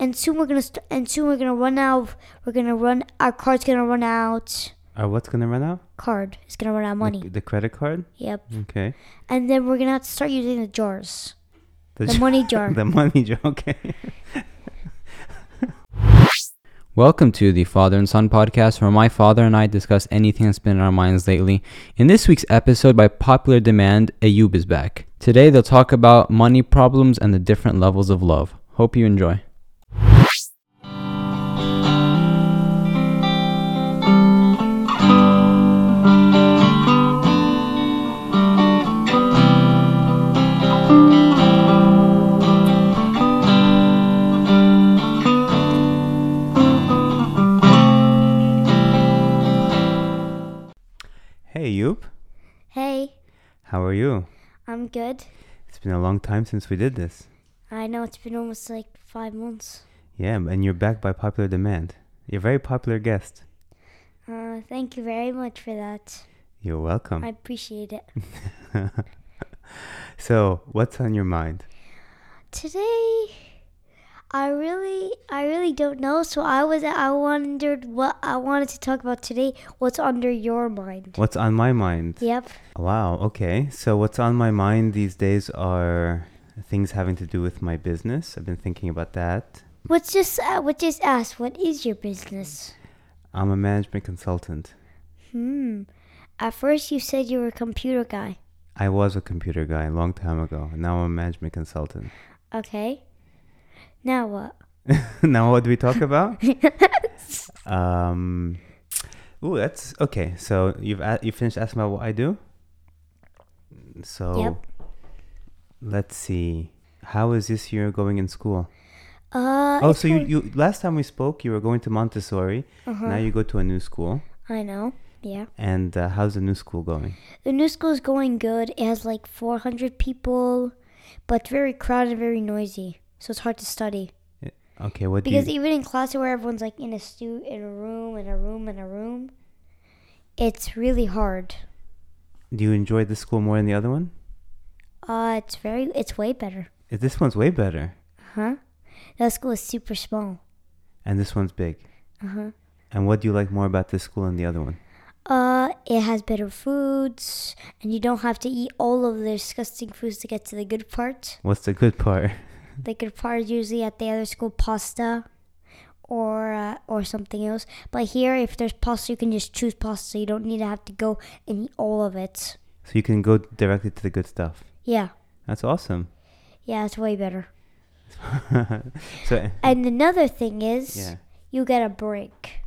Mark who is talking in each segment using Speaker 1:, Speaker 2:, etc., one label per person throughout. Speaker 1: and soon we're gonna st- and soon we're gonna run out. of- We're gonna run. Our card's gonna run out.
Speaker 2: Our Uh, what's gonna run out?
Speaker 1: Card is gonna run out of
Speaker 2: The-
Speaker 1: money.
Speaker 2: The, credit card.
Speaker 1: Yep.
Speaker 2: Okay.
Speaker 1: And then we're gonna have to start using the jars. The money jar.
Speaker 2: the money jar. Okay. Welcome to the Father and Son podcast, where my father and I discuss anything that's been in our minds lately. In this week's episode, by popular demand, Ayub is back. Today, they'll talk about money problems and the different levels of love. Hope you enjoy. Hey, Ayub.
Speaker 1: Hey,
Speaker 2: How are you?
Speaker 1: I'm good.
Speaker 2: It's been a long time since we did this.
Speaker 1: I know it's been almost like five months.
Speaker 2: Yeah, and you're back by popular demand. You're a very popular guest.
Speaker 1: Uh, thank you very much for that.
Speaker 2: You're welcome.
Speaker 1: I appreciate it.
Speaker 2: so, what's on your mind?
Speaker 1: Today, I really, I really don't know. So I was, I wondered what I wanted to talk about today. What's under your mind?
Speaker 2: What's on my mind?
Speaker 1: Yep.
Speaker 2: Wow, okay. So, what's on my mind these days are things having to do with my business. I've been thinking about that.
Speaker 1: What's just, uh, what just asked? What is your business?
Speaker 2: I'm a management consultant.
Speaker 1: Hmm. At first, you said you were a computer guy.
Speaker 2: I was a computer guy a long time ago, and now I'm a management consultant.
Speaker 1: Okay. Now what?
Speaker 2: now, what do we talk about? um, ooh, that's okay. So, you've a- you finished asking about what I do? So,
Speaker 1: Yep.
Speaker 2: let's see. How is this year going in school?
Speaker 1: Uh.
Speaker 2: Oh,
Speaker 1: it's
Speaker 2: so you,
Speaker 1: going-
Speaker 2: you last time we spoke, you were going to Montessori.
Speaker 1: Uh-huh.
Speaker 2: Now you go to a new school.
Speaker 1: I know. Yeah.
Speaker 2: And uh, how's the new school going?
Speaker 1: The new school is going good. It has like 400 people, but very crowded, very noisy. So it's hard to study.
Speaker 2: Okay, what
Speaker 1: Because
Speaker 2: do you,
Speaker 1: even in class where everyone's like in a stu- in a room, in a room, in a room, it's really hard. e-
Speaker 2: do you enjoy this school more than the other one?
Speaker 1: Uh, it's very, it's way better.
Speaker 2: Uh, This one's way better,
Speaker 1: Huh? That school is super small.
Speaker 2: and this one's big.
Speaker 1: Uh-huh.
Speaker 2: And what do you like more about this school and the other one?
Speaker 1: Uh, it has better foods, and you don't have to eat all of the disgusting foods to get to the good part.
Speaker 2: What's the good part?
Speaker 1: The good part is usually at the other school pasta or uh, or something else. But here, if there's pasta, you can just choose pasta. You don't need to have to go and eat all of it.
Speaker 2: So you can go directly to the good stuff.
Speaker 1: Yeah,
Speaker 2: That's awesome.
Speaker 1: yeah, it's way better.
Speaker 2: so
Speaker 1: And another thing is,
Speaker 2: yeah,
Speaker 1: you get a break.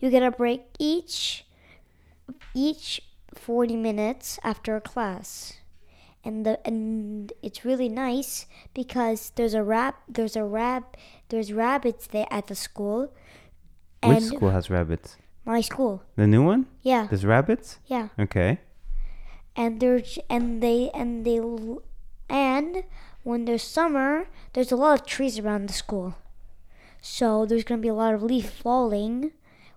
Speaker 1: You get a break each each 40 minutes after a class. And the and it's really nice because there's a rab there's a rab there's rabbits there at the school.
Speaker 2: which
Speaker 1: And
Speaker 2: school has rabbits?
Speaker 1: my school.
Speaker 2: The new one?
Speaker 1: Yeah.
Speaker 2: There's rabbits.
Speaker 1: Yeah.
Speaker 2: Okay.
Speaker 1: And there's and they and they l- and when there's summer, there's a lot of trees around the school. So there's going to be a lot of leaf falling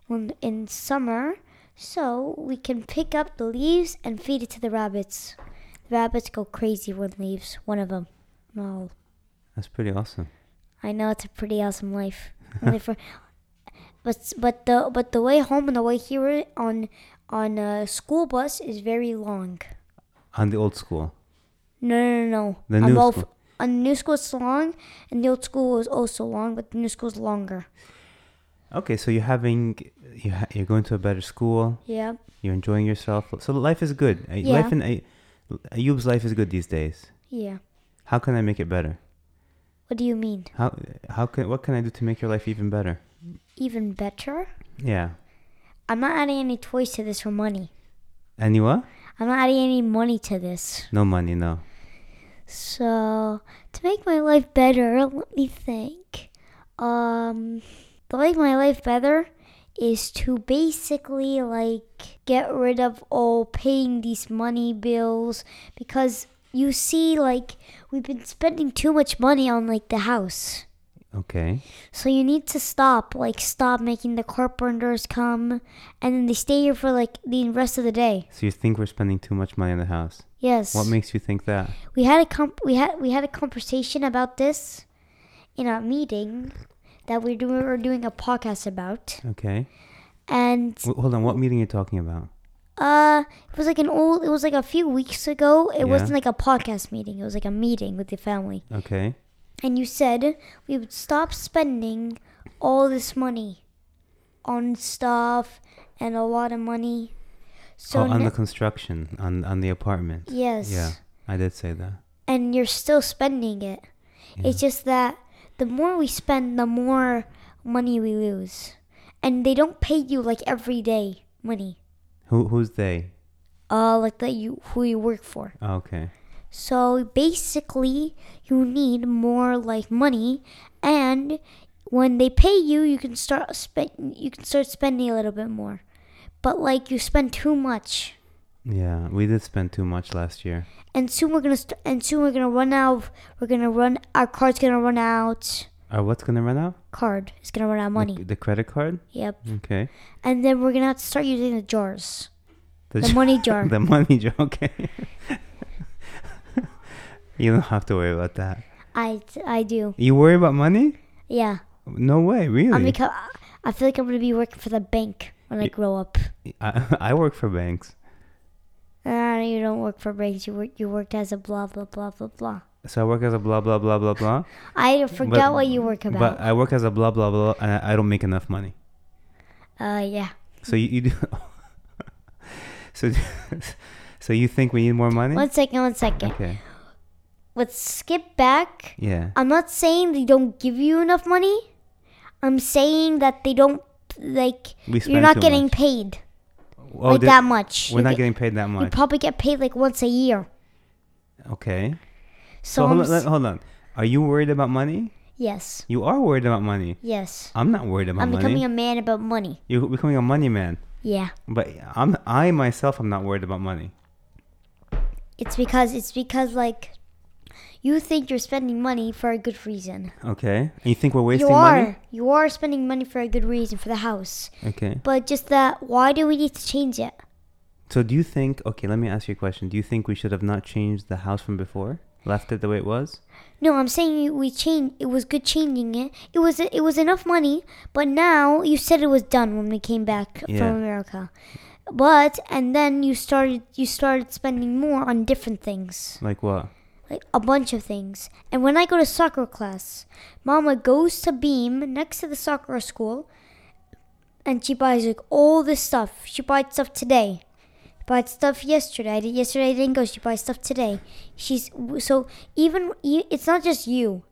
Speaker 1: when in summer, so we can pick up the leaves and feed it to the rabbits. The rabbits go crazy when leaves, one of them. No.
Speaker 2: That's pretty awesome.
Speaker 1: I know it's a pretty awesome life. Only for, but but the but the way home and the way here on on a school bus is very long.
Speaker 2: On the old school.
Speaker 1: No no no.
Speaker 2: The
Speaker 1: no.
Speaker 2: new
Speaker 1: on both,
Speaker 2: school.
Speaker 1: On the new school it's long, and the old school was also long, but the new school's longer.
Speaker 2: Okay, so you're having you ha- you're going to a better school.
Speaker 1: Yep.
Speaker 2: You're enjoying yourself. So life is good. Uh,
Speaker 1: Yeah.
Speaker 2: Life in Ay- Ayub's life is good these days.
Speaker 1: Yeah.
Speaker 2: How can I make it better?
Speaker 1: What do you mean?
Speaker 2: How how can what can I do to make your life even better?
Speaker 1: Even better?
Speaker 2: Yeah.
Speaker 1: I'm not adding any toys to this for money.
Speaker 2: And you what?
Speaker 1: I'm not adding any money to this.
Speaker 2: No money, no.
Speaker 1: So, to make my life better, let me think. Um, to make my life better is to basically like get rid of all paying these money bills because you see, like, we've been spending too much money on like the house.
Speaker 2: Okay.
Speaker 1: So you need to stop, like, stop making the carpenters come and then they stay here for like the rest of the day.
Speaker 2: So you think we're spending too much money on the house?
Speaker 1: Yes.
Speaker 2: What makes you think that?
Speaker 1: we had a com- we had we had a conversation about this in a meeting that we're doing we're doing a podcast about,
Speaker 2: Okay.
Speaker 1: and
Speaker 2: W- hold on. What meeting are you talking about?
Speaker 1: uh, it was like an old. It was like a few weeks ago. It
Speaker 2: Yeah.
Speaker 1: wasn't like a podcast meeting. It was like a meeting with the family,
Speaker 2: Okay.
Speaker 1: and you said we would stop spending all this money on stuff and a lot of money. So
Speaker 2: oh, on
Speaker 1: ne-
Speaker 2: the construction, on on the apartment.
Speaker 1: yes,
Speaker 2: Yeah, I did say that.
Speaker 1: and you're still spending it. It's just that the more we spend, the more money we lose. And they don't pay you like every day money,
Speaker 2: Who who's they?
Speaker 1: uh, like that you who you work for.
Speaker 2: Oh, okay.
Speaker 1: So basically, you need more like money, and when they pay you, you can start spend you can start spending a little bit more. But like you spend too much,
Speaker 2: Yeah, we did spend too much last year.
Speaker 1: and soon we're gonna st- and soon we're gonna run out. of- We're gonna run our card's gonna run out.
Speaker 2: Or what's gonna run out?
Speaker 1: Card is gonna run out of money.
Speaker 2: The, the credit card.
Speaker 1: Yep.
Speaker 2: Okay.
Speaker 1: And then we're gonna have to start using the jars. The money jar.
Speaker 2: the money jar. Okay. you don't have to worry about that.
Speaker 1: I I do.
Speaker 2: You worry about money?
Speaker 1: Yeah.
Speaker 2: No way, really.
Speaker 1: I'm become, I feel like I'm gonna be working for the bank when I
Speaker 2: Y-
Speaker 1: grow up.
Speaker 2: I, I work for banks,
Speaker 1: Ah, you don't work for banks. You work. You worked as a blah blah blah blah blah.
Speaker 2: so I work as a blah blah blah blah blah.
Speaker 1: I forgot
Speaker 2: But-
Speaker 1: what you work about.
Speaker 2: But I work as a blah blah blah, and I, I don't make enough money.
Speaker 1: uh, yeah.
Speaker 2: So you, you do. so, so you think we need more money?
Speaker 1: One second. One second.
Speaker 2: Okay.
Speaker 1: Let's skip back.
Speaker 2: Yeah.
Speaker 1: I'm not saying they don't give you enough money. I'm saying that they don't like.
Speaker 2: We
Speaker 1: You're
Speaker 2: spend
Speaker 1: not
Speaker 2: too
Speaker 1: getting
Speaker 2: much.
Speaker 1: paid
Speaker 2: oh,
Speaker 1: like
Speaker 2: did-
Speaker 1: that much.
Speaker 2: We're
Speaker 1: You
Speaker 2: not
Speaker 1: get-
Speaker 2: getting paid that
Speaker 1: You
Speaker 2: much.
Speaker 1: probably get paid like once a year.
Speaker 2: Okay.
Speaker 1: So,
Speaker 2: So
Speaker 1: I'm
Speaker 2: hold on,
Speaker 1: s-
Speaker 2: let- hold on. Are you worried about money?
Speaker 1: yes,
Speaker 2: You are worried about money.
Speaker 1: yes.
Speaker 2: I'm not worried about
Speaker 1: I'm
Speaker 2: money.
Speaker 1: becoming a man about money.
Speaker 2: You're becoming a money man.
Speaker 1: Yeah.
Speaker 2: But I'm I myself am not worried about money.
Speaker 1: It's because it's because like you think you're spending money for a good reason.
Speaker 2: Okay. And you think we're wasting
Speaker 1: you are.
Speaker 2: money?
Speaker 1: You are spending money for a good reason for the house.
Speaker 2: Okay.
Speaker 1: But just that why do we need to change it?
Speaker 2: So do you think okay, let me ask you a question. Do you think we should have not changed the house from before? Left it the way it was?
Speaker 1: No, I'm saying we change it was good changing it. It was it was enough money, but now you said it was done when we came back
Speaker 2: Yeah.
Speaker 1: from America. But and then you started you started spending more on different things.
Speaker 2: Like what?
Speaker 1: like a bunch of things. And when I go to soccer class, Mama goes to Beam next to the soccer school, and she buys like all this stuff. She bought stuff today, bought stuff yesterday. I did yesterday. I didn't go. She buys stuff today. She's so even e- it's not just you.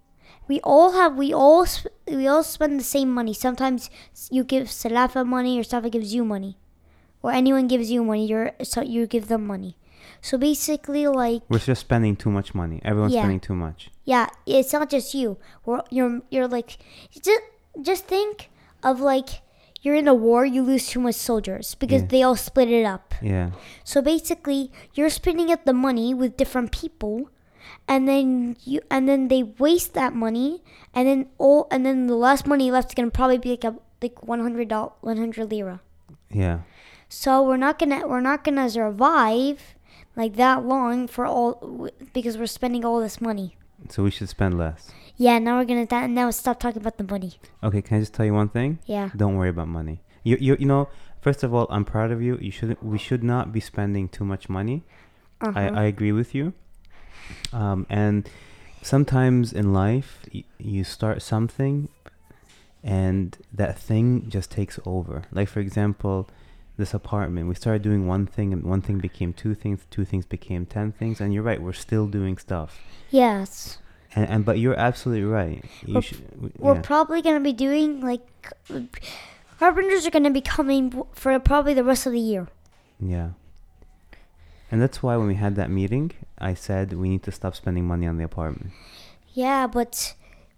Speaker 1: We all have we all sp- we all spend the same money. Sometimes you give Salafa money, or Salafa gives you money, or anyone gives you money. You're so you give them money. So basically, like
Speaker 2: We're just spending too much money. Everyone's
Speaker 1: Yeah.
Speaker 2: spending too much.
Speaker 1: yeah, it's not just you. We're, you're you're like just just think of like you're in a war, you lose too much soldiers because
Speaker 2: Yeah.
Speaker 1: they all split it up.
Speaker 2: Yeah.
Speaker 1: So basically, you're spending up the money with different people, and then you and then they waste that money, and then all and then the last money left is gonna probably be like a like one hundred dollar one hundred lira.
Speaker 2: Yeah.
Speaker 1: So we're not gonna we're not gonna survive like that long for all because we're spending all this money.
Speaker 2: So we should spend less.
Speaker 1: Yeah, now we're gonna that now stop talking about the money.
Speaker 2: Okay, can I just tell you one thing?
Speaker 1: Yeah.
Speaker 2: Don't worry about money. You you you know, first of all, I'm proud of you. You should we should not be spending too much money.
Speaker 1: Uh-huh.
Speaker 2: I, I agree with you. Um, and sometimes in life, y- you start something and that thing just takes over. Like, for example, this apartment, we started doing one thing and one thing became two things, two things became 10 things. And you're right, we're still doing stuff.
Speaker 1: yes.
Speaker 2: And, and but you're absolutely right. You
Speaker 1: We're-
Speaker 2: should, w-
Speaker 1: We're
Speaker 2: yeah.
Speaker 1: probably gonna be doing like carpenters are gonna be coming w- for probably the rest of the year.
Speaker 2: Yeah. And that's why when we had that meeting, I said we need to stop spending money on the apartment.
Speaker 1: Yeah, but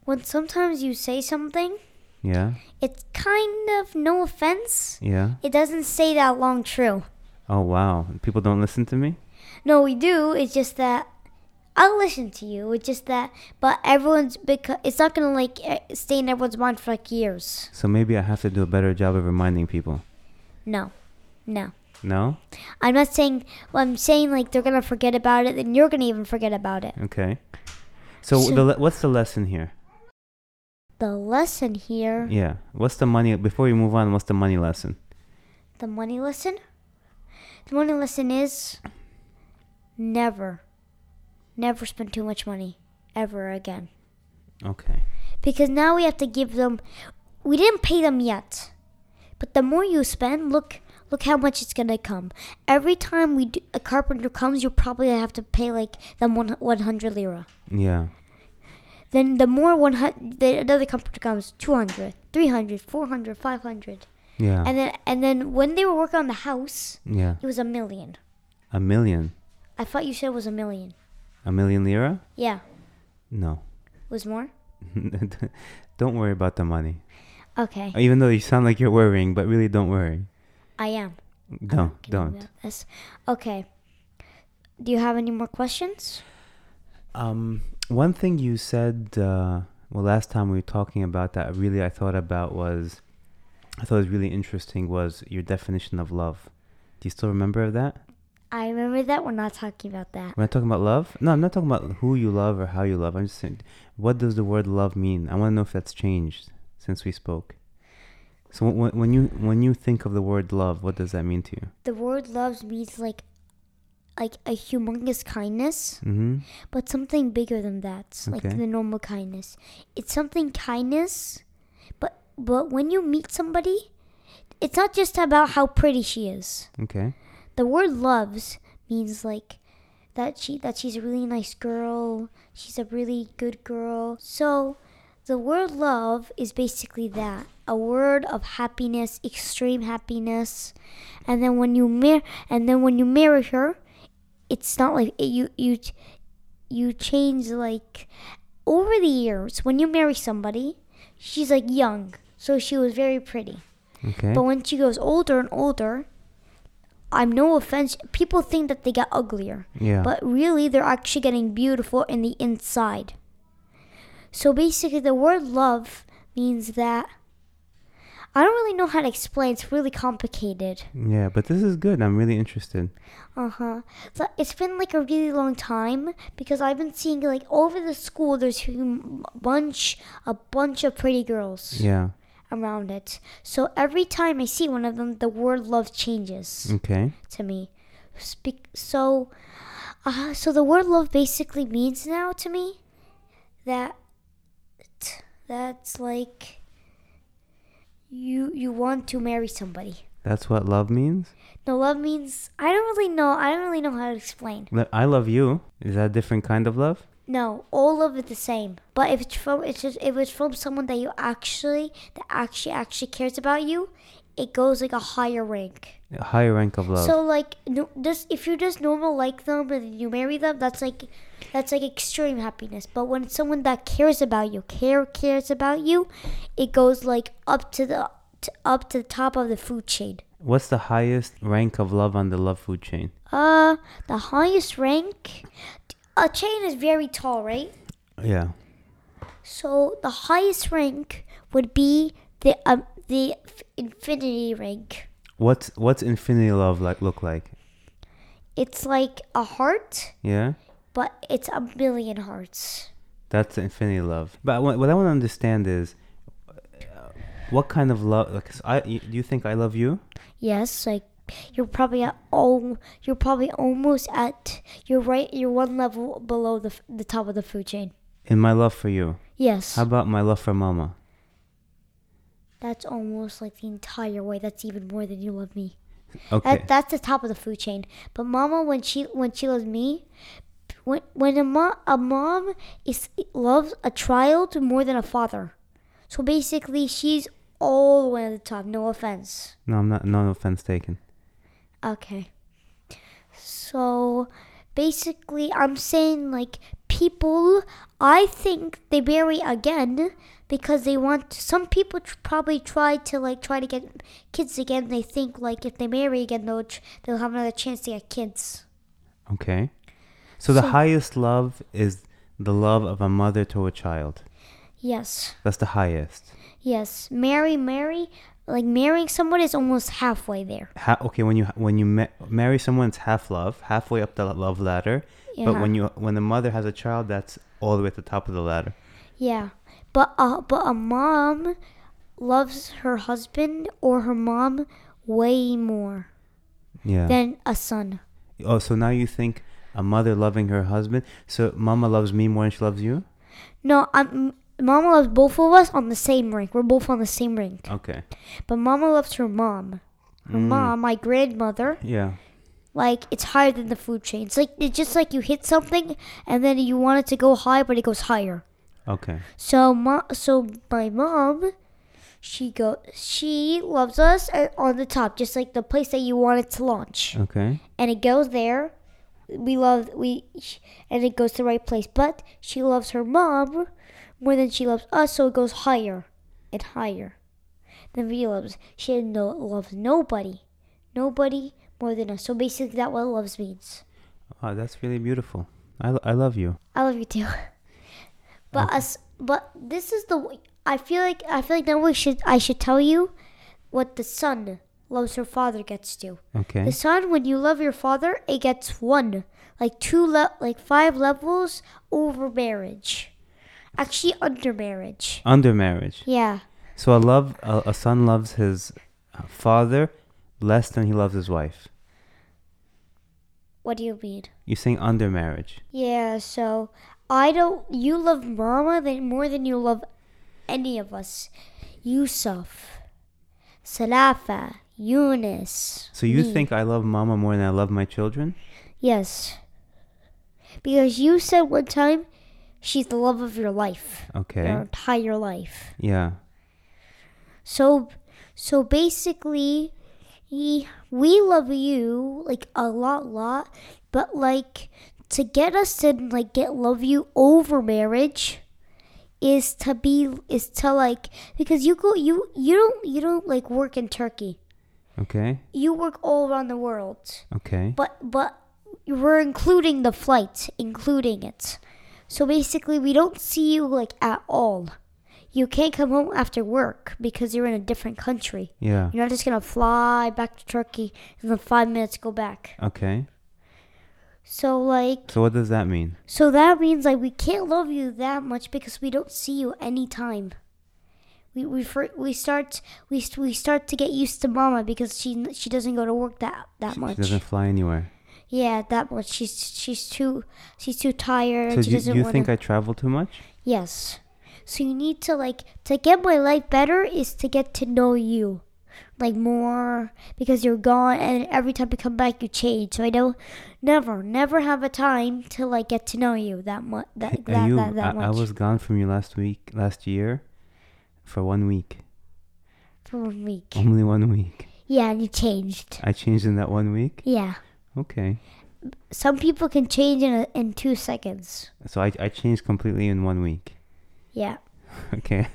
Speaker 1: when sometimes you say something,
Speaker 2: Yeah.
Speaker 1: it's kind of no offense.
Speaker 2: Yeah.
Speaker 1: It doesn't say that long true.
Speaker 2: Oh wow. People don't listen to me?
Speaker 1: No, we do. It's just that I'll listen to you. It's just that, but everyone's because it's not gonna like eh, stay in everyone's mind for like years.
Speaker 2: So maybe I have to do a better job of reminding people.
Speaker 1: No, no.
Speaker 2: No?
Speaker 1: I'm not saying. Well, I'm saying like they're gonna forget about it, then you're gonna even forget about it.
Speaker 2: Okay. So,
Speaker 1: So-
Speaker 2: the le- what's the lesson here?
Speaker 1: the lesson here.
Speaker 2: Yeah. What's the money before you move on? What's the money lesson?
Speaker 1: The money lesson? The money lesson is never, never spend too much money ever again.
Speaker 2: Okay.
Speaker 1: Because now we have to give them, we didn't pay them yet. But the more you spend, look. Look how much it's gonna come. Every time we do, a carpenter comes, you'll probably have to pay like them one one hundred lira.
Speaker 2: Yeah.
Speaker 1: Then the more one hundred, the another carpenter comes, 200, 300, 400, 500.
Speaker 2: Yeah.
Speaker 1: And then and then when they were working on the house,
Speaker 2: yeah.
Speaker 1: it was a million.
Speaker 2: A million.
Speaker 1: I thought you said it was a million.
Speaker 2: A million lira?
Speaker 1: Yeah,
Speaker 2: No.
Speaker 1: it was more.
Speaker 2: don't worry about the money.
Speaker 1: Okay,
Speaker 2: Even though you sound like you're worrying, but really don't worry.
Speaker 1: I am.
Speaker 2: No,
Speaker 1: Can you
Speaker 2: don't.
Speaker 1: mute This. Okay. Do you have any more questions?
Speaker 2: Um, one thing you said, uh, well, last time we were talking about that, really I thought about was, I thought was really interesting was your definition of love. Do you still remember that?
Speaker 1: I remember that we're not talking about that.
Speaker 2: When I'm talking about love, no, I'm not talking about who you love or how you love. I'm just saying, what does the word love mean? I want to know if that's changed since we spoke. So when, when you when you think of the word love, what does that mean to you?
Speaker 1: The word "loves" means like, like a humongous kindness,
Speaker 2: Mm-hmm.
Speaker 1: but something bigger than that,
Speaker 2: Okay.
Speaker 1: like the normal kindness. It's something kindness, but but when you meet somebody, it's not just about how pretty she is.
Speaker 2: Okay.
Speaker 1: the word loves means like that she that she's a really nice girl she's a really good girl so the word love is basically that a word of happiness extreme happiness and then when you mar- and then when you marry her it's not like it, you you ch- you change like over the years when you marry somebody she's like young so she was very pretty
Speaker 2: Okay.
Speaker 1: but when she goes older and older, I'm no offense. People think that they get uglier,
Speaker 2: yeah.
Speaker 1: but really they're actually getting beautiful in the inside. So basically, the word love means that. I don't really know how to explain. It's really complicated.
Speaker 2: yeah, but this is good. I'm really interested.
Speaker 1: Uh huh. So it's been like a really long time because I've been seeing like all over the school. There's hum- bunch, a bunch of pretty girls
Speaker 2: Yeah.
Speaker 1: around it. So every time I see one of them, the word love
Speaker 2: Mm-hmm.
Speaker 1: changes.
Speaker 2: Okay.
Speaker 1: to me. Speak so, uh, so the word love basically means now to me that that's like you you want to marry somebody.
Speaker 2: That's what love means.
Speaker 1: No, love means I don't really know. I don't really know how to explain.
Speaker 2: Le- I love you. Is that a different kind of love?
Speaker 1: No, all love is the same. But if it's from it's just, if it's from someone that you actually that actually actually cares about you, it goes like a higher rank.
Speaker 2: A higher rank of love.
Speaker 1: So like no, just if you just normal like them and then you marry them, that's like that's like extreme happiness. But when it's someone that cares about you, care cares about you, it goes like up to the to, up to the top of the food chain.
Speaker 2: What's the highest rank of love on the love food chain?
Speaker 1: Uh, the highest rank. A chain is very tall, right?
Speaker 2: Yeah.
Speaker 1: So the highest rank would be the um, the infinity rank.
Speaker 2: What's what's infinity love like look like?
Speaker 1: It's like a heart,
Speaker 2: Yeah.
Speaker 1: but it's a million hearts.
Speaker 2: That's the infinity love. But what, what I want to understand is, uh, what kind of love? Like, so I you, do you think I love you?
Speaker 1: Yes, like you're probably at all. You're probably almost at. You're right. You're one level below the f- the top of the food chain.
Speaker 2: In my love for you.
Speaker 1: Yes,
Speaker 2: How about my love for mama?
Speaker 1: that's almost like the entire way. That's even more than you love me.
Speaker 2: Okay.
Speaker 1: That that's the top of the food chain. But mama, when she when she loves me, when when a mom a mom is loves a child more than a father, so basically she's all the way at the top. No offense.
Speaker 2: no, I'm not. No offense taken.
Speaker 1: Okay. So basically, I'm saying like people, I think they marry again because they want. Some people tr- probably try to like try to get kids again. They think like if they marry again, they'll tr- they'll have another chance to get kids.
Speaker 2: Okay. So the
Speaker 1: So-
Speaker 2: highest love is the love of a mother to a child.
Speaker 1: Yes,
Speaker 2: That's the highest.
Speaker 1: yes. Marry, marry. Like marrying someone is almost halfway there.
Speaker 2: Ha- okay, when you when you ma- marry someone, it's half love, halfway up the love ladder. But
Speaker 1: Yeah.
Speaker 2: when you when the mother has a child, that's all the way at the top of the ladder.
Speaker 1: Yeah, But uh, but a mom loves her husband or her mom way more
Speaker 2: Yeah.
Speaker 1: than a son.
Speaker 2: oh, so now you think a mother loving her husband. So mama loves me more than she loves you?
Speaker 1: No, I'm, mama loves both of us on the same rink. We're both on the same rink.
Speaker 2: Okay.
Speaker 1: But mama loves her mom. Her mom, my grandmother,
Speaker 2: Yeah.
Speaker 1: like it's higher than the food chain. It's like it's just like you hit something and then you want it to go high, but it goes higher.
Speaker 2: Okay.
Speaker 1: So mom, so my mom, she go she loves us uh, on the top, just like the place that you want it to launch,
Speaker 2: Okay.
Speaker 1: and it goes there. We love we, sh- and it goes to the right place. But she loves her mom more than she loves us, so it goes higher and higher than we loves. She had no loves nobody, nobody more than us. So basically, that what loves means.
Speaker 2: Wow, that's really beautiful. I, lo- I love you.
Speaker 1: I love you too. But us, but this is the. w- I feel like I feel like now we should. I should tell you what the son loves her father gets to. The
Speaker 2: Okay.
Speaker 1: son, when you love your father, it gets one, like two, le- like five levels over marriage, actually under marriage.
Speaker 2: Under marriage.
Speaker 1: Yeah,
Speaker 2: So a love a, a son loves his uh, father less than he loves his wife.
Speaker 1: what do you mean?
Speaker 2: You're saying under marriage.
Speaker 1: Yeah, so I don't. You love Mama than more than you love any of us. Yusuf, Salafa, Eunice.
Speaker 2: So you
Speaker 1: me.
Speaker 2: think I love mama more than I love my children?
Speaker 1: Yes. Because you said one time she's the love of your life,
Speaker 2: Okay.
Speaker 1: your entire life.
Speaker 2: Yeah.
Speaker 1: So, so basically, ye- we love you like a lot, lot, but like to get us to like get love you over marriage is to be is to like because you go you you don't you don't like work in Turkey.
Speaker 2: Okay.
Speaker 1: You work all around the world.
Speaker 2: Okay.
Speaker 1: But but we're including the flight, including it. So basically, we don't see you like at all. You can't come home after work because you're in a different country.
Speaker 2: Yeah.
Speaker 1: You're not just gonna fly back to Turkey and then five minutes go back.
Speaker 2: Okay.
Speaker 1: So like,
Speaker 2: So what does that mean?
Speaker 1: so that means like we can't love you that much because we don't see you anytime. We we fir- we start we st- we start to get used to Mama because she she doesn't go to work that that
Speaker 2: She
Speaker 1: much.
Speaker 2: doesn't fly anywhere.
Speaker 1: Yeah, that much. She's she's too she's too tired.
Speaker 2: So
Speaker 1: and
Speaker 2: do
Speaker 1: she
Speaker 2: you,
Speaker 1: doesn't
Speaker 2: do you
Speaker 1: wanna...
Speaker 2: think I travel too much?
Speaker 1: Yes. So you need to like to get my life better is to get to know you, like more because you're gone and every time you come back you change. So I don't never never have a time to like get to know you that much. That
Speaker 2: And
Speaker 1: that,
Speaker 2: you,
Speaker 1: that, that
Speaker 2: I,
Speaker 1: much.
Speaker 2: I was gone from you last week, last year, for one week.
Speaker 1: for a week.
Speaker 2: Only one week.
Speaker 1: Yeah, and you changed.
Speaker 2: I changed in that one week.
Speaker 1: Yeah.
Speaker 2: Okay.
Speaker 1: Some people can change in a, in two seconds.
Speaker 2: So I, I changed completely in one week.
Speaker 1: Yeah.
Speaker 2: Okay.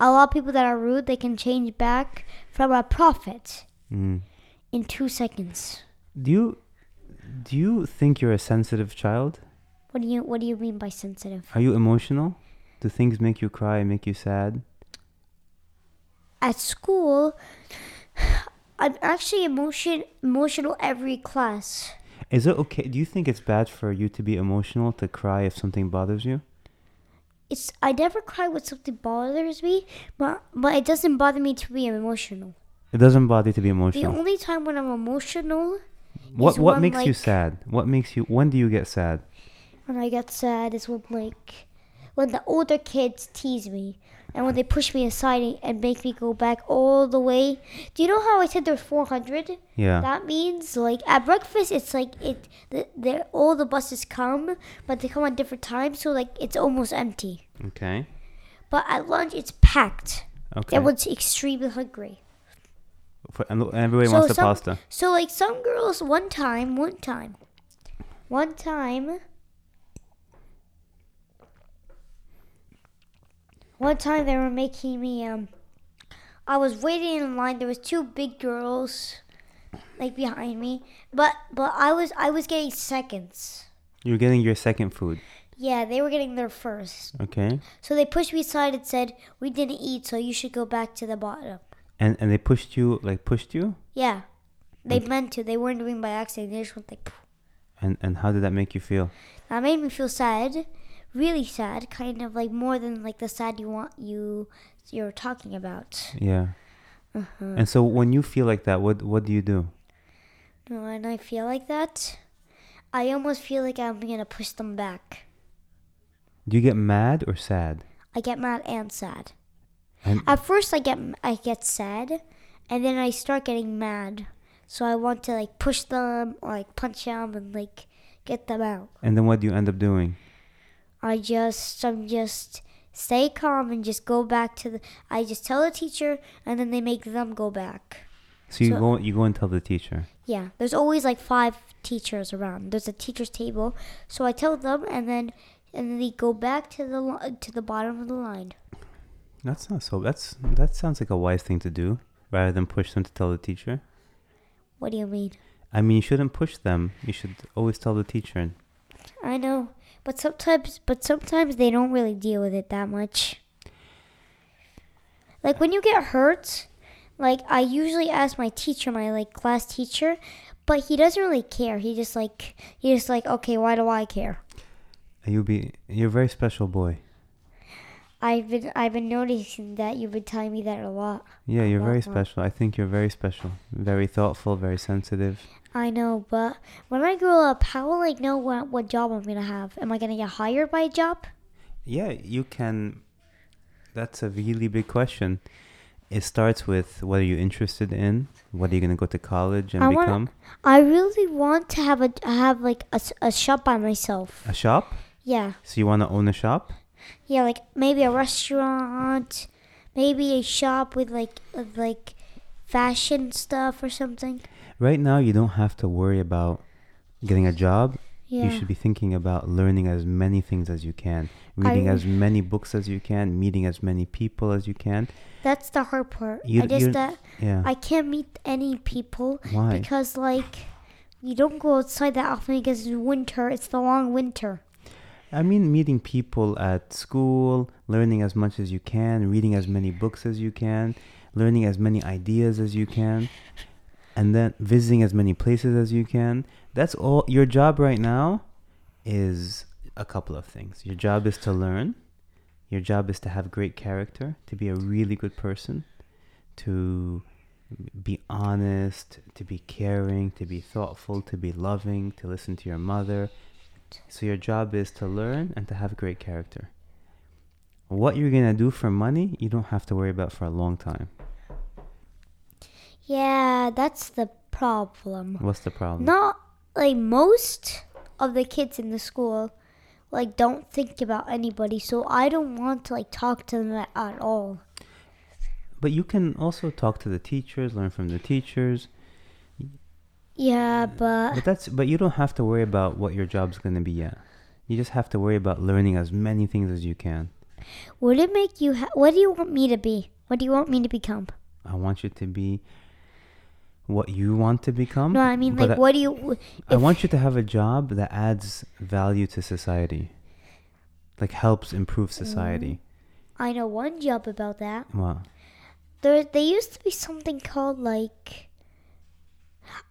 Speaker 1: A lot of people that are rude, they can change back from a profit
Speaker 2: mm.
Speaker 1: in two seconds.
Speaker 2: Do you do you think you're a sensitive child?
Speaker 1: What do you What do you mean by sensitive?
Speaker 2: Are you emotional? Do things make you cry and make you sad?
Speaker 1: At school, I'm actually emotion emotional every class.
Speaker 2: Is it okay? Do you think it's bad for you to be emotional, to cry if something bothers you?
Speaker 1: It's I never cry when something bothers me, but but it doesn't bother me to be emotional.
Speaker 2: It doesn't bother you to be
Speaker 1: The
Speaker 2: emotional.
Speaker 1: only time when I'm emotional
Speaker 2: What
Speaker 1: is
Speaker 2: what
Speaker 1: one,
Speaker 2: makes you
Speaker 1: like-
Speaker 2: sad? What makes you? When do you get sad?
Speaker 1: when I get sad is when like when the older kids tease me and when they push me aside and- and make me go back all the way. Do you know how I said there's 400?
Speaker 2: Yeah.
Speaker 1: That means like at breakfast, it's like it. the- There, all the buses come, but they come on different times, so like it's almost empty.
Speaker 2: okay.
Speaker 1: But at lunch, it's packed.
Speaker 2: Okay.
Speaker 1: Everyone's extremely hungry.
Speaker 2: For- and and everybody wants the
Speaker 1: some,
Speaker 2: pasta.
Speaker 1: So like some girls, one time, one time, one time, one time they were making me. Um, I was waiting in line. There was two big girls, like behind me, but but I was I was getting seconds.
Speaker 2: You're getting your second food.
Speaker 1: Yeah, they were getting there first.
Speaker 2: Okay.
Speaker 1: So they pushed me aside and said, "We didn't eat, so you should go back to the bottom."
Speaker 2: And and they pushed you like pushed you.
Speaker 1: Yeah, they meant to. They weren't doing it by accident. They just went like.
Speaker 2: And and how did that make you feel?
Speaker 1: That made me feel sad really sad, kind of like more than like the sad you want you you're talking about.
Speaker 2: Yeah.
Speaker 1: Uh-huh.
Speaker 2: And so when you feel like that, what what do you do?
Speaker 1: No, and I feel like that. I almost feel like I'm gonna push them back.
Speaker 2: Do you get mad or sad?
Speaker 1: I get mad and sad.
Speaker 2: And
Speaker 1: At first, I get I get sad, and then I start getting mad. So I want to like push them or like punch them and like get them out.
Speaker 2: and then what do you end up doing?
Speaker 1: I just I'm just stay calm and just go back to the. I just tell the teacher, and then they make them go back.
Speaker 2: So you
Speaker 1: So-
Speaker 2: go you go and tell the teacher.
Speaker 1: Yeah, there's always like five teachers around. There's a teacher's table, so I tell them, and then and then they go back to the li- to the bottom of the line.
Speaker 2: That's not so. That's that sounds like a wise thing to do, rather than push them to tell the teacher.
Speaker 1: What do you mean?
Speaker 2: I mean, you shouldn't push them. You should always tell the teacher.
Speaker 1: I know, but sometimes but sometimes they don't really deal with it that much. Like when you get hurt, like I usually ask my teacher, my like class teacher, but he doesn't really care. He just like he just like, "Okay, why do I care?"
Speaker 2: You'll be. You're a very special boy.
Speaker 1: I've been I've been noticing that you've been telling me that a lot.
Speaker 2: Yeah, you're very
Speaker 1: love that.
Speaker 2: special. I think you're very special. Very thoughtful. Very sensitive.
Speaker 1: I know, but when I grow up, how will I know what, what job I'm gonna have? Am I gonna get hired by a job?
Speaker 2: Yeah, you can. That's a really big question. It starts with what are you interested in? What are you going to go to college and
Speaker 1: I wanna-
Speaker 2: become?
Speaker 1: I really want to have a have like a, s- a shop by myself.
Speaker 2: A shop?
Speaker 1: Yeah,
Speaker 2: So you want to own a shop?
Speaker 1: yeah, like maybe a restaurant, maybe a shop with like with, like fashion stuff or something.
Speaker 2: Right now, you don't have to worry about getting a job.
Speaker 1: Yeah,
Speaker 2: You should be thinking about learning as many things as you can, reading
Speaker 1: I-
Speaker 2: as many books as you can, meeting as many people as you can.
Speaker 1: that's the hard part.
Speaker 2: You-
Speaker 1: I just
Speaker 2: you're-
Speaker 1: that
Speaker 2: Yeah.
Speaker 1: I can't meet any people
Speaker 2: Why?
Speaker 1: because like you don't go outside that often because it's winter. It's the long winter.
Speaker 2: I mean, meeting people at school, learning as much as you can, reading as many books as you can, learning as many ideas as you can, and then visiting as many places as you can. That's all. Your job right now is a couple of things. Your job is to learn, your job is to have great character, to be a really good person, to be honest, to be caring, to be thoughtful, to be loving, to listen to your mother. So your job is to learn and to have great character. What you're gonna do for money, you don't have to worry about for a long time.
Speaker 1: Yeah, that's the problem.
Speaker 2: What's the problem?
Speaker 1: Not like most of the kids in the school like don't think about anybody, so I don't want to like talk to them at, at all.
Speaker 2: But you can also talk to the teachers, learn from the teachers.
Speaker 1: Yeah, but
Speaker 2: Mm. But that's but you don't have to worry about what your job's gonna be yet. You just have to worry about learning as many things as you can.
Speaker 1: would it make you ha- what do you want me to be? What do you want me to become?
Speaker 2: I want you to be what you want to become.
Speaker 1: No, I mean
Speaker 2: but
Speaker 1: like what do you
Speaker 2: I
Speaker 1: if-
Speaker 2: want you to have a job that adds value to society. Like helps improve society.
Speaker 1: I know one job about that.
Speaker 2: Wow.
Speaker 1: There there used to be something called like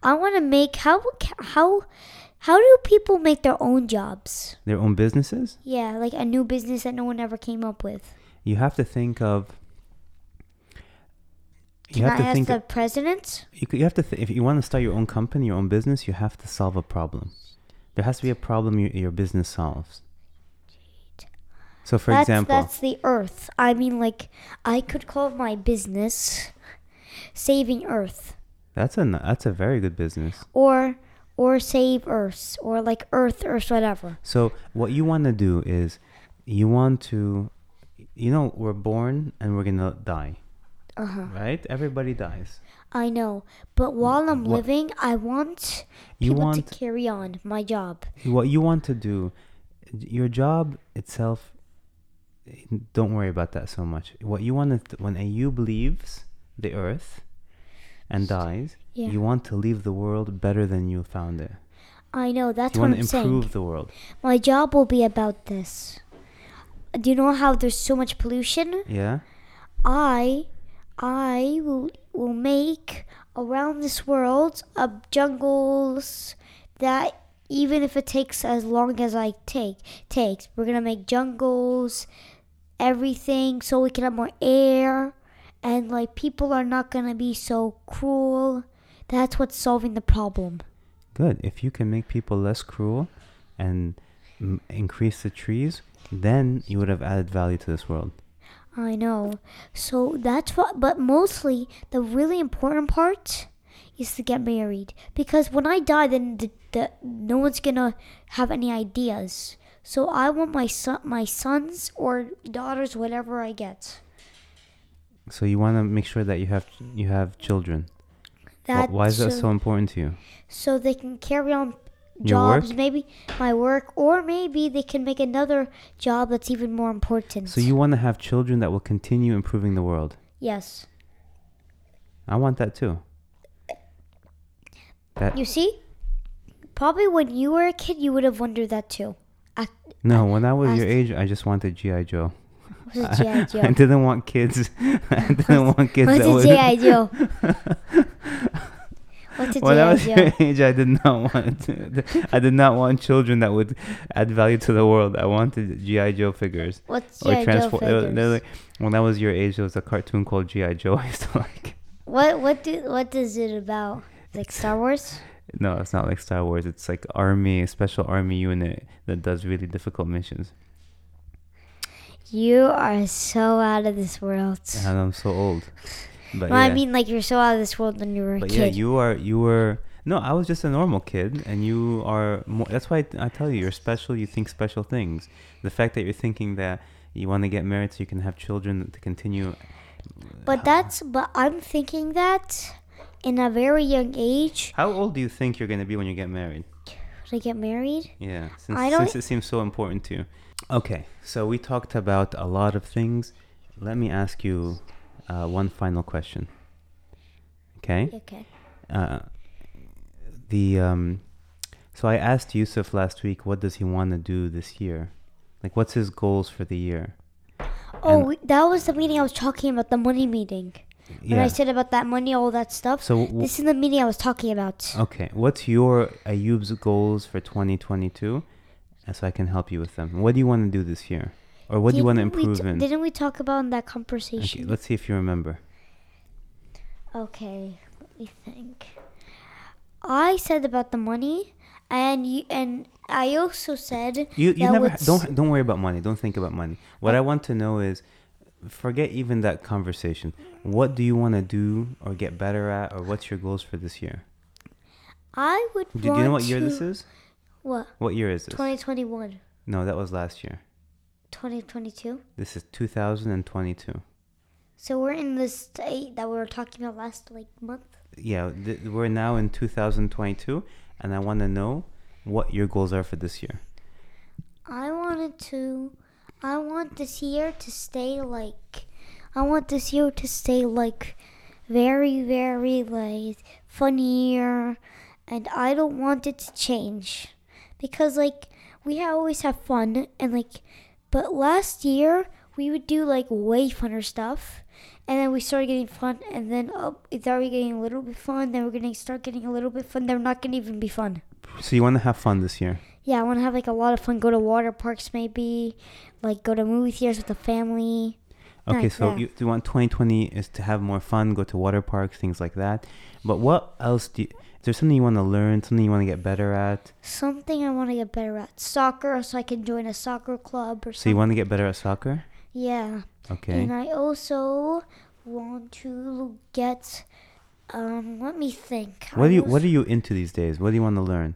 Speaker 1: I want to make how how how do people make their own jobs?
Speaker 2: Their own businesses?
Speaker 1: Yeah, like a new business that no one ever came up with.
Speaker 2: you have to think of you
Speaker 1: Can I
Speaker 2: have to
Speaker 1: ask
Speaker 2: think
Speaker 1: the president?
Speaker 2: you, c- you have to th- if you want to start your own company your own business you have to solve a problem there has to be a problem your, your business solves so for
Speaker 1: that's,
Speaker 2: example
Speaker 1: that's the Earth. I mean, like I could call my business "Saving Earth"
Speaker 2: that's a n- that's a very good business
Speaker 1: or or "Save Earth" or like "Earth Earth" whatever.
Speaker 2: so what you want to do is you want to you know we're born and we're gonna die
Speaker 1: Uh huh.
Speaker 2: right everybody dies
Speaker 1: I know, but while I'm
Speaker 2: What-
Speaker 1: living, I want
Speaker 2: You
Speaker 1: people
Speaker 2: want-
Speaker 1: to carry on my job.
Speaker 2: what you want to do your job itself don't worry about that so much what you want to when ayub leaves the earth and dies
Speaker 1: Yeah.
Speaker 2: you want to leave the world better than you found it
Speaker 1: I know. That's
Speaker 2: you
Speaker 1: what
Speaker 2: want
Speaker 1: I'm
Speaker 2: to improve
Speaker 1: saying.
Speaker 2: the world
Speaker 1: My job will be about this. Do you know how there's so much pollution?
Speaker 2: yeah
Speaker 1: I, I will will make around this world of jungles that even if it takes as long as I take takes. We're gonna make jungles, everything, so we can have more air, and like people are not gonna be so cruel. That's what's solving the problem.
Speaker 2: Good. If you can make people less cruel and m- increase the trees, then you would have added value to this world.
Speaker 1: I know. So that's what, but mostly the really important part is to get married because when I die, then the, the, no one's gonna have any ideas. So I want my son, my sons or daughters, whatever I get.
Speaker 2: So you want to make sure that you have you have children. Wh-
Speaker 1: That
Speaker 2: Why is that
Speaker 1: so,
Speaker 2: so important to you?
Speaker 1: so they can carry on
Speaker 2: Your work?
Speaker 1: jobs, maybe my work, or maybe they can make another job that's even more important.
Speaker 2: So you want to have children that will continue improving the world.
Speaker 1: yes,
Speaker 2: I want that too. That
Speaker 1: you see, probably when you were a kid, you would have wondered that too. Ac-
Speaker 2: no, when I was your
Speaker 1: asked-
Speaker 2: age, I just wanted GI Joe.
Speaker 1: Was it G.I.
Speaker 2: I
Speaker 1: Joe?
Speaker 2: didn't want kids. I didn't want kids.
Speaker 1: Was
Speaker 2: that would-
Speaker 1: it G.I. Joe? What's a
Speaker 2: when
Speaker 1: G.I.
Speaker 2: I was
Speaker 1: Joe?
Speaker 2: your age, I did not want. I did not want children that would add value to the world. I wanted GI Joe figures
Speaker 1: What's G.I. Joe
Speaker 2: transfor- uh,
Speaker 1: figures?
Speaker 2: they're like- when I was your age, there was a cartoon called GI Joe. I used to like.
Speaker 1: What what do what is it about? Like Star Wars?
Speaker 2: No, it's not like Star Wars. It's like army, special army unit that does really difficult missions.
Speaker 1: You are so out of this world.
Speaker 2: And I'm so old. Uh, But
Speaker 1: Well,
Speaker 2: yeah.
Speaker 1: I mean, like you're so out of this world when you were a
Speaker 2: but yeah,
Speaker 1: kid.
Speaker 2: you are you were no, I was just a normal kid, and you are. More, that's why I, I tell you, you're special. You think special things. The fact that you're thinking that you want to get married so you can have children to continue.
Speaker 1: but that's but I'm thinking that in a very young age
Speaker 2: How old do you think you're going to be when you get married?
Speaker 1: to get married.
Speaker 2: Yeah, since,
Speaker 1: I don't-
Speaker 2: since it seems so important to you. Okay, so we talked about a lot of things. Let me ask you uh, one final question. Okay.
Speaker 1: Okay.
Speaker 2: Uh, the um, so I asked Yusuf last week, what does he want to do this year? Like, what's his goals for the year?
Speaker 1: Oh,
Speaker 2: And-
Speaker 1: we, that was the meeting I was talking about, the money meeting. When I said about that money, all that stuff.
Speaker 2: So w-
Speaker 1: this is the meeting I was talking about.
Speaker 2: okay, what's your Ayub's goals for 2022? And so I can help you with them. What do you want to do this year, or what do you want to
Speaker 1: Didn't we
Speaker 2: improve
Speaker 1: t-
Speaker 2: in?
Speaker 1: Didn't we talk about in that
Speaker 2: Okay,
Speaker 1: conversation?
Speaker 2: let's see if you remember.
Speaker 1: Okay, let me think. I said about the money, and you and I also said
Speaker 2: You you
Speaker 1: that
Speaker 2: never
Speaker 1: what's-
Speaker 2: don't don't worry about money. Don't think about money. What I want to know is, forget even that conversation. What do you want to do or get better at, or what's your goals for this year?
Speaker 1: I would.
Speaker 2: Do, do you know what year this is?
Speaker 1: What?
Speaker 2: What year is this?
Speaker 1: 2021,
Speaker 2: No, that was last year.
Speaker 1: 2022.
Speaker 2: This is 2022.
Speaker 1: So we're in the state that we were talking about last like month.
Speaker 2: Yeah, th- we're now in 2022, and I want to know what your goals are for this year.
Speaker 1: I wanted to. I want this year to stay like. I want this year to stay like very, very like funnier, and I don't want it to change because like we ha- always have fun and like, but last year we would do like way funner stuff, and then we started getting fun, and then oh, it's already getting a little bit fun. Then we're gonna start getting a little bit fun. They're not gonna even be fun.
Speaker 2: So you want to have fun this year.
Speaker 1: Yeah, I want to have like a lot of fun. Go to water parks, maybe, like go to movie theaters with the family.
Speaker 2: Okay,
Speaker 1: Like
Speaker 2: so
Speaker 1: that.
Speaker 2: you, you want 2020 is to have more fun, go to water parks, things like that. But what else do you, is there something you want to learn, something you want to get better at?
Speaker 1: Something I want to get better at soccer, so I can join a soccer club or
Speaker 2: So
Speaker 1: something.
Speaker 2: you want to get better at soccer?
Speaker 1: yeah,
Speaker 2: Okay.
Speaker 1: and I also want to get. Um, let me think.
Speaker 2: What
Speaker 1: I
Speaker 2: do you
Speaker 1: was-
Speaker 2: what are you into these days? What do you want to learn?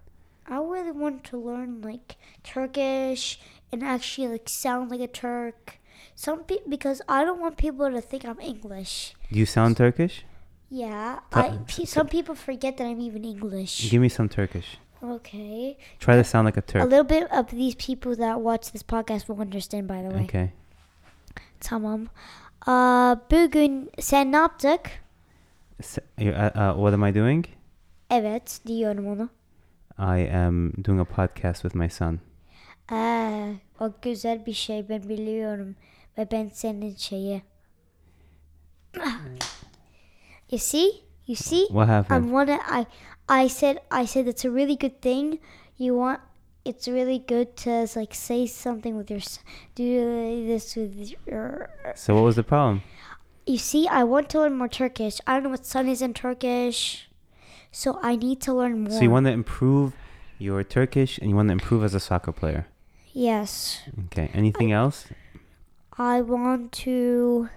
Speaker 1: I really want to learn like Turkish and actually like sound like a Turk. Some pe- because I don't want people to think I'm English.
Speaker 2: Do you sound Turkish?
Speaker 1: Yeah,
Speaker 2: Ta-
Speaker 1: I pe- some people forget that I'm even English.
Speaker 2: Give me some Turkish.
Speaker 1: Okay.
Speaker 2: Try to sound like a Turk.
Speaker 1: A little bit of these people that watch this podcast will understand by the way.
Speaker 2: Okay.
Speaker 1: Tamam. Ee, bugün sen ne yaptık?
Speaker 2: S- you- uh, uh, what am I doing?
Speaker 1: Evet diyorum onu.
Speaker 2: I am doing a podcast with my son.
Speaker 1: Ee, o güzel bir şey ben biliyorum. Ve ben senin şeyi. Ah. you see? You see?
Speaker 2: What
Speaker 1: I
Speaker 2: happened?
Speaker 1: wanna I I said I said that's a really good thing. you want it's really good to like say something with your s- do this with your
Speaker 2: So what was the problem?
Speaker 1: you see i want to learn more turkish i don't know what sun is in turkish so i need to learn more
Speaker 2: So you want to improve your Turkish and you want to improve as a soccer player.
Speaker 1: yes
Speaker 2: Okay. Anything else?
Speaker 1: i want to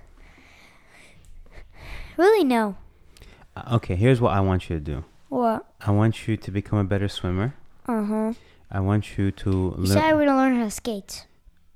Speaker 1: really know
Speaker 2: Uh, Okay, here's what I want you to do.
Speaker 1: what
Speaker 2: I want you to become a better swimmer.
Speaker 1: uh-huh
Speaker 2: I want you to
Speaker 1: you said i
Speaker 2: learn.
Speaker 1: want to learn how to skate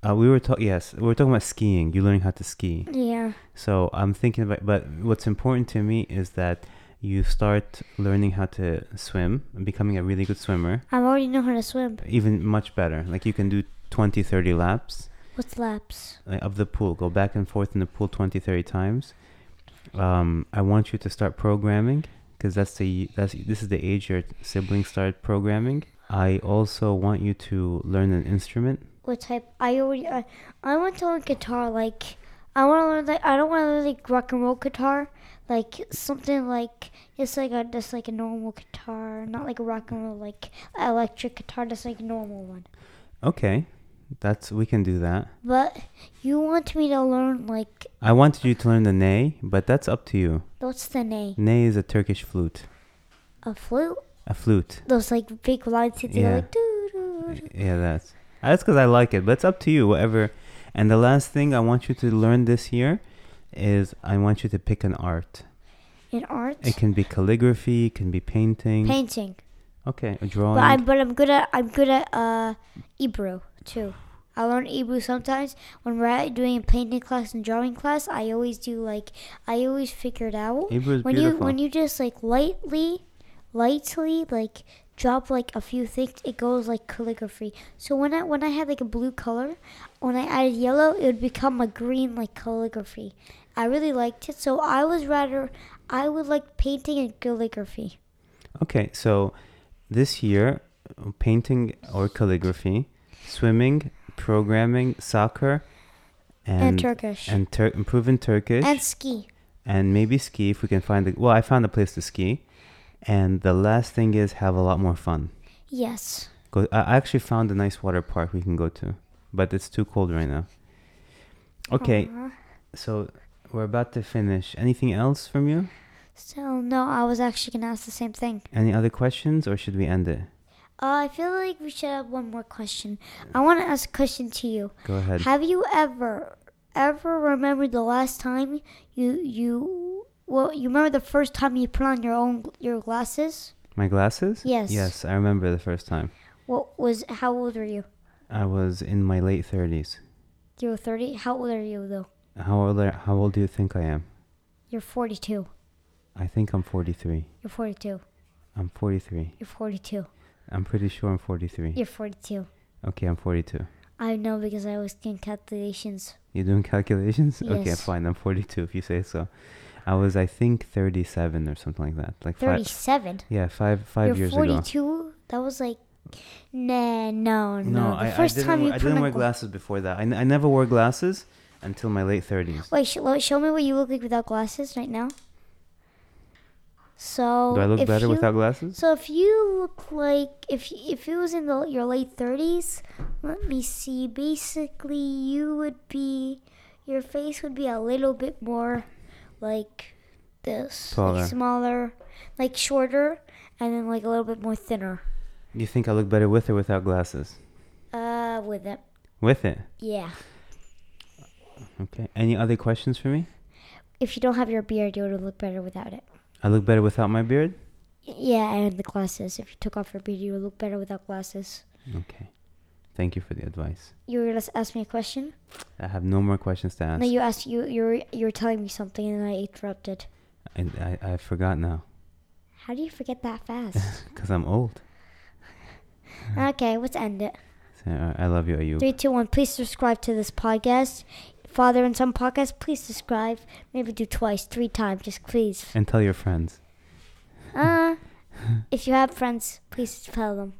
Speaker 2: Uh, we were talking. Yes, we were talking about skiing. You learning how to ski.
Speaker 1: yeah
Speaker 2: So I'm thinking about. But what's important to me is that you start learning how to swim and becoming a really good swimmer,
Speaker 1: i already know how to swim
Speaker 2: even much better. Like you can do 20, 30 laps
Speaker 1: what's laps
Speaker 2: like, uh, of the pool. Go back and forth in the pool 20, 30 times. Um, I want you to start programming because that's the that's this is the age your siblings start programming. I also want you to learn an instrument.
Speaker 1: what type I already I, I want to learn guitar like I want to learn like I don't want to learn like rock and roll guitar like something like just like a just like a normal guitar not like a rock and roll like electric guitar just like a normal one
Speaker 2: Okay, that's we can do that.
Speaker 1: but you want me to learn like
Speaker 2: I wanted you to learn the ney, but that's up to you.
Speaker 1: what's the name
Speaker 2: Ney is a Turkish flute,
Speaker 1: a flute
Speaker 2: a flute.
Speaker 1: those like big lines that
Speaker 2: Yeah.
Speaker 1: go like doo doo doo.
Speaker 2: Yeah, that's that's because I like it, but it's up to you, whatever. And the last thing I want you to learn this year is I want you to pick an art.
Speaker 1: in art
Speaker 2: It can be calligraphy, it can be painting.
Speaker 1: painting
Speaker 2: Okay, a
Speaker 1: but I'm
Speaker 2: drawing.
Speaker 1: but I'm good at I'm good at uh Hebrew too. I learn Hebrew sometimes when we're at doing painting class and drawing class. I always do like I always figure it out
Speaker 2: Hebrew is
Speaker 1: when
Speaker 2: beautiful.
Speaker 1: you when you just like lightly, lightly like drop like a few things. It goes like calligraphy. So when I when I had like a blue color, when I added yellow, it would become a green like calligraphy. I really liked it, so I was rather I would like painting and calligraphy.
Speaker 2: okay, so this year, uh, painting or calligraphy, swimming, programming, soccer,
Speaker 1: And,
Speaker 2: and
Speaker 1: Turkish.
Speaker 2: and tur- improving Turkish.
Speaker 1: and ski.
Speaker 2: and maybe ski if we can find the well i found a place to ski and the last thing is have a lot more fun
Speaker 1: Yes.
Speaker 2: go i I actually found a nice water park we can go to but it's too cold right now okay
Speaker 1: Uh-huh.
Speaker 2: so we're about to finish anything else from you
Speaker 1: So no, I was actually gonna ask the same thing.
Speaker 2: any other questions or should we end it
Speaker 1: Uh, I feel like we should have one more question. I want to ask a question to you.
Speaker 2: go ahead
Speaker 1: Have you ever, ever remembered the last time you you well you remember the first time you put on your own your glasses?
Speaker 2: my glasses
Speaker 1: Yes.
Speaker 2: yes i remember the first time
Speaker 1: What was how old were you?
Speaker 2: i was in my late 30s
Speaker 1: You were thirty. How old are you though?
Speaker 2: how old are, how old do you think i am
Speaker 1: You're forty-two.
Speaker 2: i think i'm 43
Speaker 1: You're forty-two.
Speaker 2: i'm 43
Speaker 1: You're forty-two.
Speaker 2: i'm pretty sure i'm 43
Speaker 1: You're forty-two.
Speaker 2: okay i'm 42
Speaker 1: I know because I was doing calculations.
Speaker 2: You're doing calculations? Okay,
Speaker 1: Yes.
Speaker 2: fine. I'm 42 if you say so. I was, I think, 37 or something like that. Like five.
Speaker 1: Thirty-seven.
Speaker 2: Yeah, five five
Speaker 1: You're
Speaker 2: years ago.
Speaker 1: 42. That was like, nah, no, no.
Speaker 2: No,
Speaker 1: the
Speaker 2: I,
Speaker 1: first
Speaker 2: I didn't,
Speaker 1: time
Speaker 2: wear-
Speaker 1: you
Speaker 2: I
Speaker 1: put
Speaker 2: didn't
Speaker 1: on
Speaker 2: wear
Speaker 1: gla-
Speaker 2: glasses before that. I, n- I never wore glasses until my late 30s.
Speaker 1: Wait, sh- wait, show me what you look like without glasses right now. So
Speaker 2: Do I look
Speaker 1: if
Speaker 2: better
Speaker 1: you,
Speaker 2: without glasses?
Speaker 1: So if you look like if y- if it was in the, your late 30s, let me see. Basically, you would be your face would be a little bit more like this,
Speaker 2: Taller.
Speaker 1: like smaller, like shorter, and then like a little bit more thinner.
Speaker 2: Do you think I look better with or without glasses?
Speaker 1: Uh, with it,
Speaker 2: With it.
Speaker 1: yeah.
Speaker 2: Okay. Any other questions for me?
Speaker 1: if you don't have your beard, you would look better without it.
Speaker 2: I look better without my beard?
Speaker 1: Yeah, and the glasses. If you took off your beard, you would look better without glasses.
Speaker 2: Okay. Thank you for the advice.
Speaker 1: You were gonna s- ask me a question.
Speaker 2: I have no more questions to ask.
Speaker 1: No, you asked you you were, you were telling me something, and I interrupted.
Speaker 2: and I, I forgot now
Speaker 1: How do you forget that fast?
Speaker 2: because I'm old.
Speaker 1: okay, let's end it.
Speaker 2: So, uh, I love you, Ayub.
Speaker 1: Three, two, one. Please subscribe to this podcast, Father and Son podcast. Please subscribe. Maybe do twice, three times. Just please.
Speaker 2: And tell your friends.
Speaker 1: Uh, if you have friends, please tell them.